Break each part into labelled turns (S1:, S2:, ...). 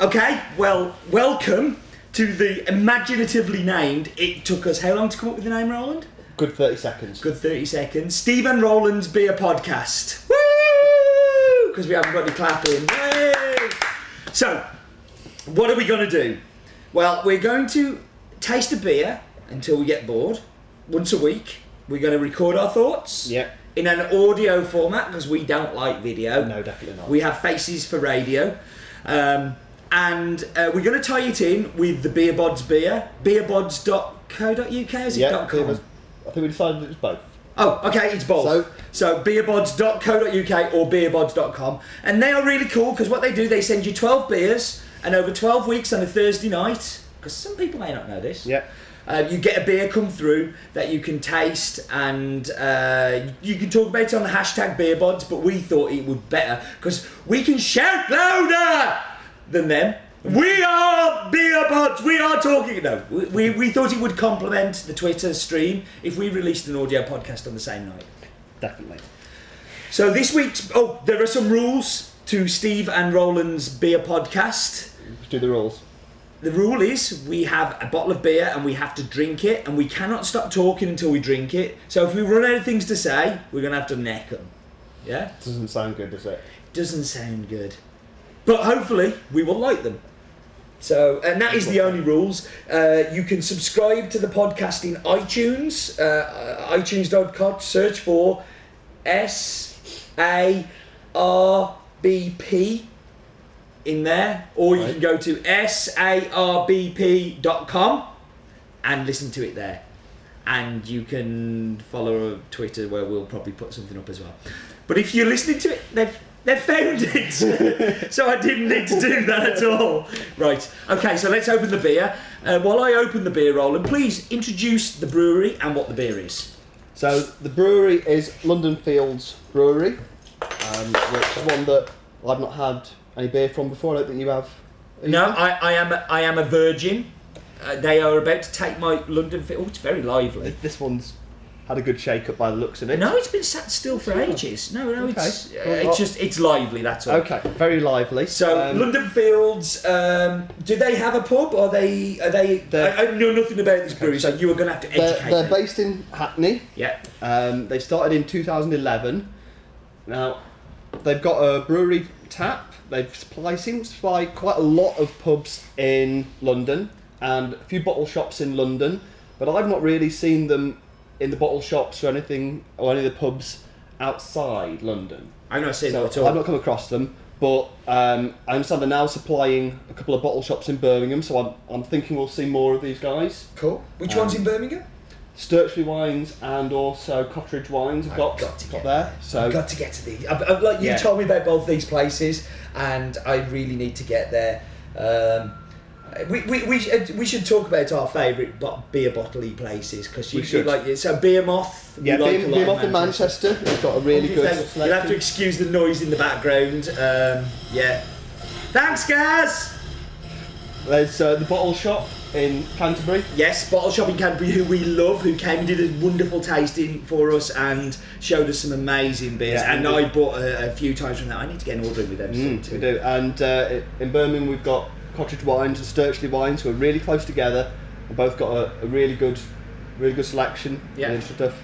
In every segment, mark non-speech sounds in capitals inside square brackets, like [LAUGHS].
S1: Okay, well, welcome to the imaginatively named. It took us how long to come up with the name, Roland?
S2: Good 30 seconds.
S1: Good 30 seconds. Steve and Roland's Beer Podcast. Woo! Because we haven't got any clapping. Yay! So, what are we going to do? Well, we're going to taste a beer until we get bored. Once a week, we're going to record our thoughts.
S2: Yep.
S1: In an audio format because we don't like video.
S2: No, definitely not.
S1: We have faces for radio. Um, and uh, we're going to tie it in with the Beer Bods beer. Beerbods.co.uk is it
S2: yeah,
S1: dot
S2: I think,
S1: .com?
S2: it was, I think we decided it was both.
S1: Oh, okay, it's both. So,
S2: So-
S1: beerbods.co.uk or beerbods.com. And they are really cool because what they do, they send you 12 beers and over 12 weeks on a Thursday night, because some people may not know this.
S2: Yeah.
S1: Uh, you get a beer come through that you can taste and uh, you can talk about it on the hashtag beerbods, but we thought it would better because we can shout louder than them. We are beer bods, we are talking. No, we, we, we thought it would complement the Twitter stream if we released an audio podcast on the same night.
S2: Definitely.
S1: So this week's, oh, there are some rules to Steve and Roland's beer podcast.
S2: Let's do the rules.
S1: The rule is we have a bottle of beer and we have to drink it, and we cannot stop talking until we drink it. So if we run out of things to say, we're gonna have to neck them. Yeah,
S2: Doesn't sound good, does it?
S1: doesn't sound good, but hopefully we will like them. So, and that is the only rules. Uh, you can subscribe to the podcast in iTunes, uh, iTunes.com. Search for S A R B P in there, or you
S2: Right.
S1: can go to sarbp.com and listen to it there. And you can follow Twitter where we'll probably put something up as well. But if you're listening to it, they've, they've found
S2: [LAUGHS]
S1: it. so I didn't need to do that at all. Right, okay, so let's open the beer. Uh, while I open the beer, Roland, please introduce the brewery and what the beer is.
S2: So the brewery is London Fields Brewery, um, which is one that I've not had any beer from before. I don't think you have.
S1: No, I, I, am, a, I am a virgin. Uh, they are about to take my London Fit. Oh, it's very lively.
S2: This one's had a good shake up by the looks of it.
S1: No, it's been sat still for ages. No, no, it's
S2: Okay.
S1: uh,
S2: Well,
S1: it's
S2: what-
S1: just it's lively. That's all.
S2: Okay, very lively.
S1: So
S2: Um,
S1: London Fields, um, do they have a pub? Or they are they?
S2: They're-
S1: I, I know nothing about this brewery, so
S2: so
S1: you are going to have to educate
S2: they're, they're
S1: me.
S2: based in Hackney.
S1: Yeah,
S2: Um, they started in 2011. Now, they've got a brewery tap. They supply seem to supply quite a lot of pubs in London and a few bottle shops in London, but I've not really seen them in the bottle shops or anything or any of the pubs outside London.
S1: I'm not saying
S2: So
S1: that at all.
S2: I've not come across them, but um, I understand they're now supplying a couple of bottle shops in Birmingham. So I'm, I'm thinking we'll see more of these guys.
S1: cool. Which
S2: Um,
S1: one's in Birmingham?
S2: Sturchley wines and also Cottage wines have got,
S1: got to get
S2: got there. So
S1: I've got to get to these. I've, I've- like you
S2: Yeah.
S1: told me about both these places, and I really need to get there. Um, we, we, we, sh- uh, we should talk about our favourite bo- beer bottle places because you
S2: We
S1: should
S2: should.
S1: like so beer moth. we
S2: yeah,
S1: like
S2: being,
S1: a lot
S2: being
S1: in
S2: off in Manchester, they've got a really
S1: If
S2: good.
S1: they- You'll have to
S2: selection.
S1: excuse the noise in the background. Um, yeah. Thanks, guys.
S2: There's uh, the bottle shop in Canterbury.
S1: Yes, Bottle Shop in Canterbury, who we love, who came and did a wonderful tasting for us and showed us some amazing beers.
S2: Yeah,
S1: and
S2: we
S1: I
S2: did.
S1: bought a, a few times from that. I need to get an order in with them soon
S2: Mm, We
S1: too.
S2: do, and uh, in Birmingham we've got Cottage Wines and Sturchley Wines, who are really close together. We've both got a, a really good, really good selection.
S1: Yeah.
S2: and stuff.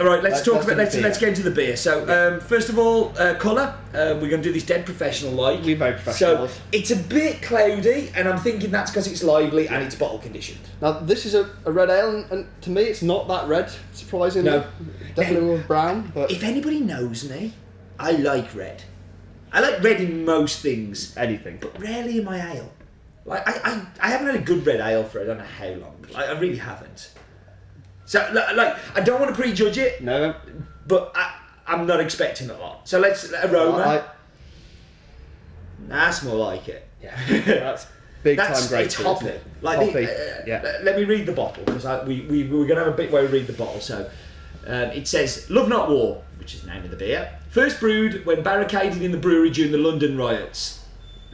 S1: All right, let's
S2: That-
S1: talk
S2: that's
S1: about
S2: the
S1: let's
S2: beer.
S1: let's get into the beer. So um, first of all, uh, colour. Uh, we're going to do this dead professional like.
S2: We're very professional.
S1: So it's a bit cloudy, and I'm thinking that's because it's lively and it's bottle conditioned.
S2: Now this is a, a red ale, and, and to me it's not that red. Surprisingly,
S1: No.
S2: definitely more brown. But
S1: If anybody knows me, I like red. I like red in most things,
S2: anything,
S1: but rarely in my ale. Like I, I, I haven't had a good red ale for I don't know how long. Like, I really haven't. So li- like I don't want to prejudge it,
S2: no,
S1: but I, I'm not expecting a lot. So let's aroma.
S2: I,
S1: That's more like it.
S2: [LAUGHS] that's big
S1: That's
S2: time great.
S1: it's hoppy. Like
S2: hoppy.
S1: The, uh,
S2: yeah.
S1: le- Let me read the bottle because we, we we were going to have a bit where we read the bottle. So um, it says "Love Not War," which is the name of the beer. First brewed when barricaded in the brewery during the London riots.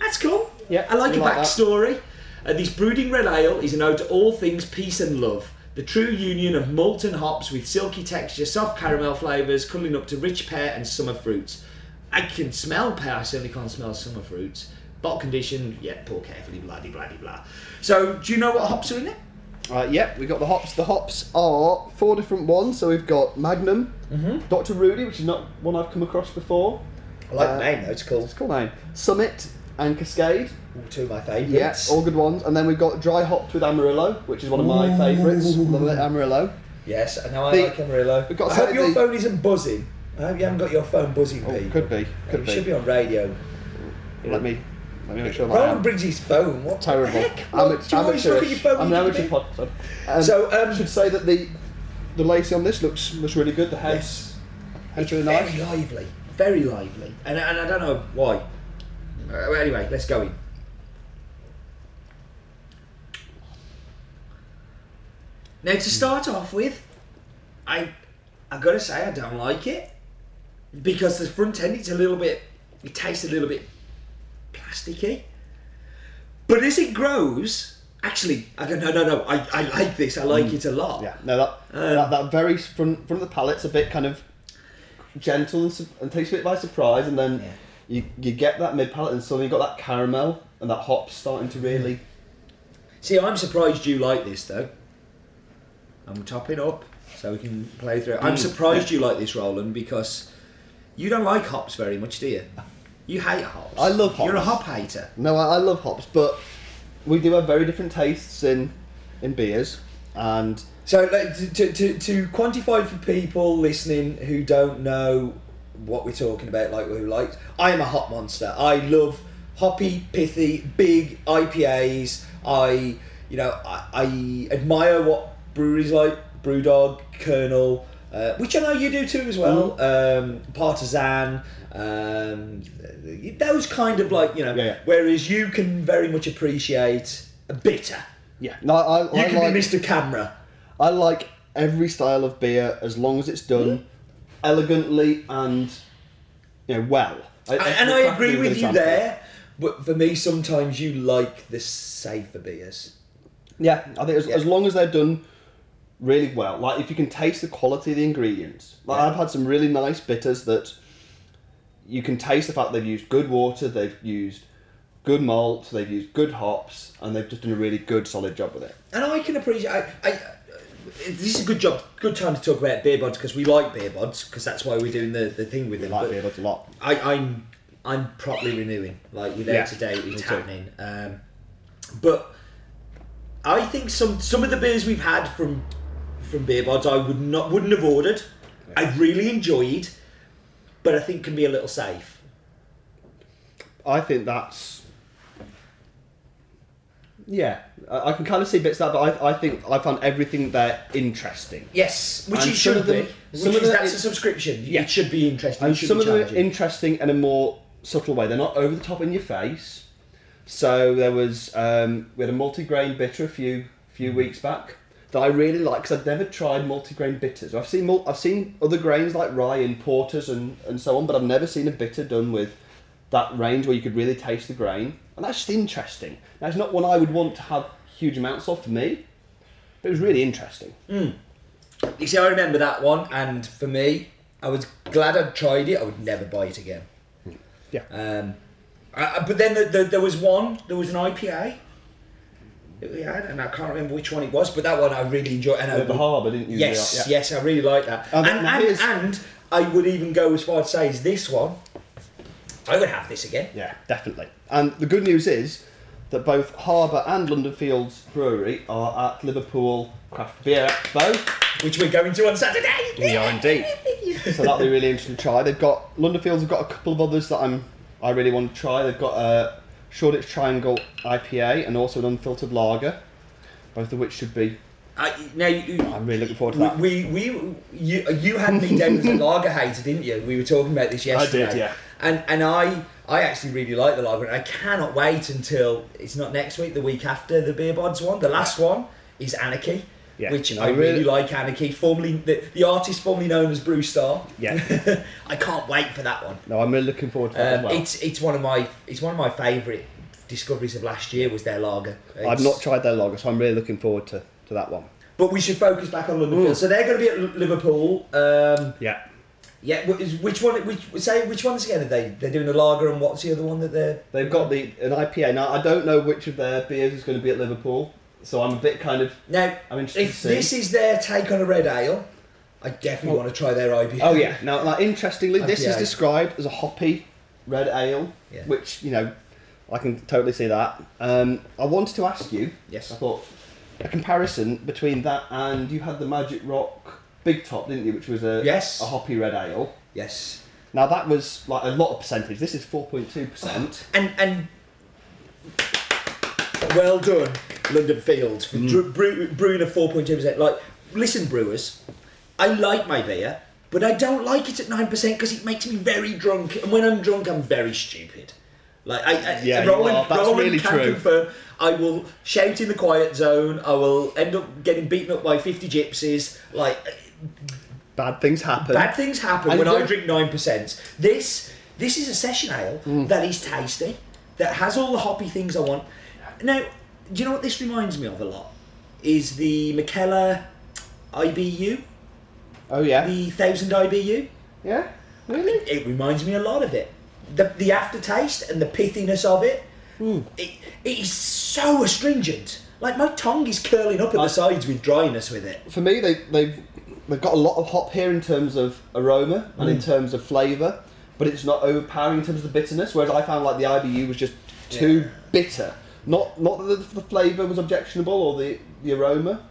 S1: That's cool.
S2: Yeah,
S1: I like
S2: we
S1: a
S2: like that.
S1: backstory. Uh, this brooding red ale is an ode to all things peace and love. The true union of malt and hops with silky texture, soft caramel flavours, cuddling up to rich pear and summer fruits. I can smell pear, I certainly can't smell summer fruits, Bottle condition, yeah, pour carefully, blah de blah de blah. So, do you know what hops are in it?
S2: Right, yep, uh, we've got the hops. The hops are four different ones. So we've got Magnum,
S3: Mm-hmm.
S2: Dr. Rudy, which is not one I've come across before.
S3: I like
S2: Uh,
S3: the name though. It's cool.
S2: It's a cool name. Summit and Cascade.
S3: Ooh, Two of my
S2: Yeah,
S3: favourites.
S2: all good ones. And then we've got Dry Hopped with Amarillo, which is one of my favourites. Love it, Amarillo.
S3: Yes, and now I
S2: The-
S3: like Amarillo.
S2: we've got
S3: I hope your
S2: Saturday-
S3: phone isn't buzzing. I hope you haven't got your phone buzzing,
S2: Oh,
S3: Pete.
S2: could be,
S1: Uh,
S2: could
S3: it
S2: be.
S3: should be on radio.
S2: Let me, let me make sure that I
S3: Roland
S2: am.
S3: brings his phone. What the
S2: Terrible.
S3: heck?
S2: Ama-
S3: Look, do you always look at your
S2: amateurish.
S3: phone
S2: I'm an
S3: when you
S2: amateur
S3: do
S2: pod. Um,
S3: So,
S2: so,
S3: um,
S2: should say that the the lacing on this looks looks really good. The head,
S3: Yes.
S2: head's really
S3: Very
S2: nice.
S3: lively.
S1: Very lively. And, and I don't know why. Uh, well, anyway, let's go in. Now, to start off with, I I gotta say I don't like it because the front end it's a little bit it tastes a little bit plasticky. But as it grows, actually, I go no no no I, I like this I like it a lot.
S2: Mm. Yeah, no, that,
S1: Um,
S2: that that very front front of the palate's a bit kind of gentle and, su- and takes you a bit by surprise, and then
S3: Yeah.
S2: you you get that mid palate, and suddenly you've got that caramel and that hop starting to
S1: Mm.
S2: really.
S1: See, I'm surprised you like this though. I'm topping up so we can play through. it.
S2: Mm,
S1: I'm surprised you like this, Roland, because you don't like hops very much, do you? You hate hops.
S2: I love
S1: You're a hop
S2: hops.
S1: hater.
S2: No, I, I love hops, but we do have very different tastes in in beers, and
S1: So, like, to, to, to, to quantify for people listening who don't know what we're talking about, like who likes, I am a hop monster. I love hoppy, pithy, big IPAs. I, you know, I, I admire what breweries like Brewdog, Colonel, uh, which I know you do too as well, um,
S2: Mm-hmm.
S1: Partisan, um, those kind of like, you know,
S2: Yeah, yeah.
S1: whereas you can very much appreciate a bitter.
S2: yeah, no, I,
S1: You
S2: I
S1: can
S2: like
S1: be Mr. Camera.
S2: I like every style of beer as long as it's done
S1: Mm.
S2: elegantly and you know well. I,
S1: I- [LAUGHS] and I
S2: that's
S1: agree
S2: a
S1: with
S2: good
S1: you
S2: example.
S1: there. But for me, sometimes you like the safer beers.
S2: Yeah, I think as,
S1: Yeah.
S2: as long as they're done really well, like if you can taste the quality of the ingredients. Like
S1: Yeah.
S2: I've had some really nice bitters that you can taste the fact they've used good water, they've used good malt, they've used good hops, and they've just done a really good solid job with it.
S1: And I can appreciate. I, I, this is a good job, good time to talk about beer bods because we like beer bods because that's why we're doing the, the thing with
S2: I
S1: them.
S2: like
S1: but
S2: beer buds a lot.
S1: I, I'm I'm properly renewing, like without
S2: Yeah,
S1: a doubt,
S2: me
S1: it's
S2: too.
S1: happening. Um, but I think some some of the beers we've had from from beer bods I would not wouldn't have ordered. I really enjoyed, but I think can be a little safe.
S2: I think that's. Yeah, I, I can kind of see bits of that, but I, I think I found everything there interesting.
S1: Yes, which
S2: And
S1: it
S2: some
S1: should
S2: of them-
S1: be.
S2: some
S1: which
S2: of
S1: is,
S2: them
S1: that's
S2: it-
S1: a subscription.
S2: Yeah.
S1: It should be interesting.
S2: And
S1: it should
S2: some
S1: be
S2: of them are
S1: challenging.
S2: interesting in a more subtle way. They're not over the top in your face. So there was um, we had a multi-grain bitter a few few
S1: Mm.
S2: weeks back that I really like because I'd never tried multi-grain bitters. I've seen mul- I've seen other grains like rye and porters and, and so on, but I've never seen a bitter done with that range where you could really taste the grain, and that's just interesting. That's not one I would want to have huge amounts of for me, but it was really interesting.
S1: Mm. You see, I remember that one, and for me, I was glad I'd tried it. I would never buy it again.
S2: Yeah.
S1: Um, I, I- but then the, the, there was one. There was an IPA that we had, and I can't remember which one it was. But that one I really enjoyed. And I
S2: the
S1: would-
S2: harbour didn't you?
S1: Yes,
S2: Yeah.
S1: yes, I really like that.
S2: Oh,
S1: and,
S2: that- now
S1: and,
S2: here's-
S1: and I would even go as far to say, is this one? I would have this again.
S2: Yeah, definitely. And the good news is that both Harbour and London Fields Brewery are at Liverpool Craft Beer Expo,
S1: Which we're going to on Saturday.
S2: We are indeed.
S1: [LAUGHS]
S2: so that'll be really interesting to try. They've got London Fields have got a couple of others that I'm I really want to try. They've got a Shoreditch Triangle IPA and also an unfiltered lager, both of which should be.
S1: I, now you,
S2: I'm really looking forward to that.
S1: We, we, we you, you had me down
S2: [LAUGHS]
S1: as a lager hater, didn't you? We were talking about this yesterday.
S2: yeah.
S1: And and I, I actually really like the lager, and I cannot wait until it's not next week, the week after the beer bods one. The last one is Anarchy,
S2: Yeah.
S1: which
S2: I
S1: I really,
S2: really-
S1: like. Anarchy, formerly the, the artist formerly known as Bruce Star.
S2: Yeah.
S1: [LAUGHS] I can't wait for that one.
S2: No, I'm really looking forward to
S1: Um,
S2: that as well.
S1: It's it's one of my it's one of my favourite discoveries of last year was their lager.
S2: I've
S1: It's-
S2: not tried their lager, so I'm really looking forward to, to that one. Mm.
S1: but we should focus back on Liverpool. So they're going to be at L- Liverpool. Um,
S2: Yeah.
S1: Yeah, wh- is- which one? Which say which ones again? Are they they're doing a lager and what's the other one that they're?
S2: They've got the an IPA now. I don't know which of their beers is going to be at Liverpool, so I'm a bit kind of
S1: Now,
S2: I'm interested
S1: if
S2: to see.
S1: this is their take on a red ale, I definitely want to try their IBU.
S2: Oh yeah. Now, like, interestingly, this is
S1: IPA.
S2: described as a hoppy red ale,
S1: Yeah.
S2: which you know I can totally see that. Um, I wanted to ask you.
S1: Yes.
S2: I thought a comparison between that and you had the Magic Rock Big Top, didn't you? Which was a
S1: Yes.
S2: a hoppy red ale.
S1: Yes,
S2: Now that was like a lot of percentage. This is four point two percent.
S1: and and well done, London Fields,
S2: Mm.
S1: for dr- brew, brewing a four point two percent. Like, listen, brewers, I like my beer, but I don't like it at nine percent because it makes me very drunk, and when I'm drunk, I'm very stupid. Like, I, I
S2: Yeah, you
S1: Roland,
S2: are. That's
S1: Roland
S2: really
S1: can
S2: true.
S1: confirm, I will shout in the quiet zone. I will end up getting beaten up by fifty gypsies. Like,
S2: Bad things happen.
S1: bad things happen
S2: And
S1: when I
S2: don't-
S1: drink nine percent. This this is a session ale that is tasty, that has all the hoppy things I want. Now, do you know what this reminds me of a lot? Is the McKellar IBU,
S2: Oh yeah.
S1: the thousand IBU?
S2: yeah. Really?
S1: It reminds me a lot of it. The the aftertaste and the pithiness of it. It, it is so astringent. Like my tongue is curling up at the sides with dryness with it.
S2: For me, they, they've they've got a lot of hop here in terms of aroma and in terms of flavour, but it's not overpowering in terms of the bitterness. Whereas I found like the IBU was just too bitter. Not not that the, the flavour was objectionable or the the aroma,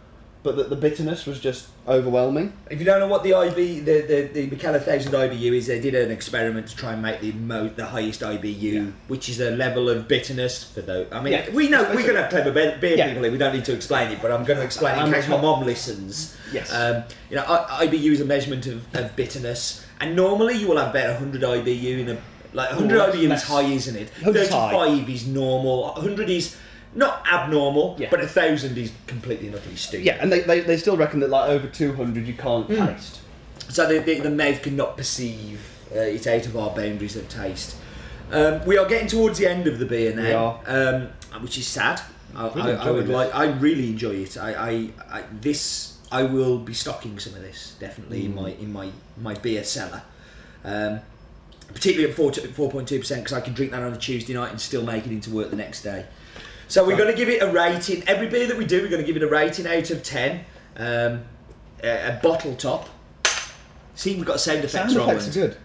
S2: but that the bitterness was just overwhelming.
S1: If you don't know what the IB, the the, the McKellar Thousand IBU is, they did an experiment to try and make the mo- the highest IBU, which is a level of bitterness for those. I mean,
S2: Yeah.
S1: we know we're gonna have clever be- beer
S2: Yeah.
S1: people here. We don't need to explain it, but I'm gonna explain it in
S2: I'm-
S1: case my mom listens.
S2: Yes.
S1: Um, you know, I, IBU is a measurement of, of bitterness, and normally you will have about 100 IBU in a like 100
S2: Ooh, that's
S1: IBU is
S2: less.
S1: high, isn't it?
S2: 100 's high.
S1: 35 is normal. 100 is not abnormal,
S2: Yeah.
S1: but a thousand is completely and utterly stupid.
S2: Yeah, and they, they, they still reckon that like over two hundred you can't taste.
S1: So the, the, the mouth cannot perceive uh, it out of our boundaries of taste. Um, we are getting towards the end of the beer now, um, which is sad. I, I, I
S2: enjoying
S1: would
S2: this.
S1: like. I really enjoy it. I, I, I this I will be stocking some of this definitely
S2: Mm.
S1: in my in my my beer cellar, um, particularly at four point two percent because I can drink that on a Tuesday night and still make it into work the next day. So we're going to give it a rating. Every beer that we do, we're going to give it a rating out of ten. Um, a, a bottle top. See, we've got sound effects.
S2: Sound
S1: Roland.
S2: effects are good.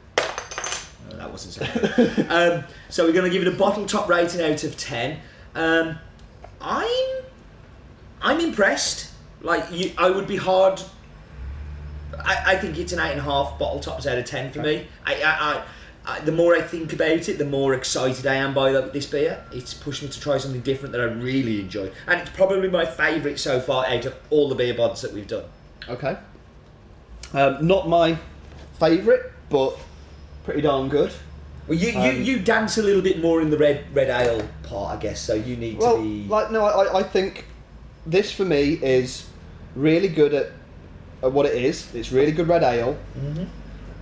S1: No, that wasn't so good. um, so we're going to give it a bottle top rating out of 10. Um, I'm I'm impressed. Like you, I would be hard. I, I think it's an eight and a half bottle tops out of ten for me. I, I, I, I the more I think about it, the more excited I am by th- this beer. It's pushed me to try something different that I really enjoy, and it's probably my favourite so far out of all the beer bods that we've done.
S2: Okay. Um, not my favourite, but pretty darn good.
S1: Well, you,
S2: Um,
S1: you, you dance a little bit more in the red red ale part, I guess. So you need
S2: Well,
S1: to be
S2: like no, I, I- I think this for me is really good at, at what it is. It's really good red ale. Mm-hmm.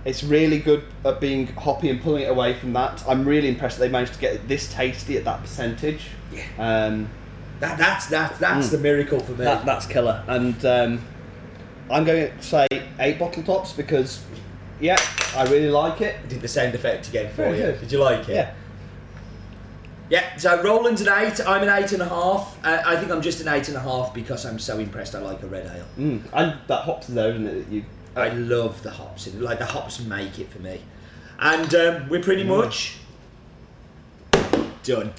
S2: It's really good at being hoppy and pulling it away from that. I'm really impressed that they managed to get it this tasty at that percentage.
S1: Yeah.
S2: Um,
S1: That, that's that, that's the miracle for me.
S2: Hmm. that, that's killer. And um, I'm going to say eight bottle tops because, yeah, I really like it.
S1: I did the sound effect again for
S2: Very
S1: you.
S2: good.
S1: Did you like it?
S2: Yeah.
S1: Yeah, so Roland's an eight, I'm an eight and a half. Uh, I think I'm just an eight and a half because I'm so impressed I like a red ale.
S2: Mm. And that hops there, isn't it? That you.
S1: I love the hops in Like, the hops
S2: Hmm.
S1: make it for me. And um, we're pretty much done.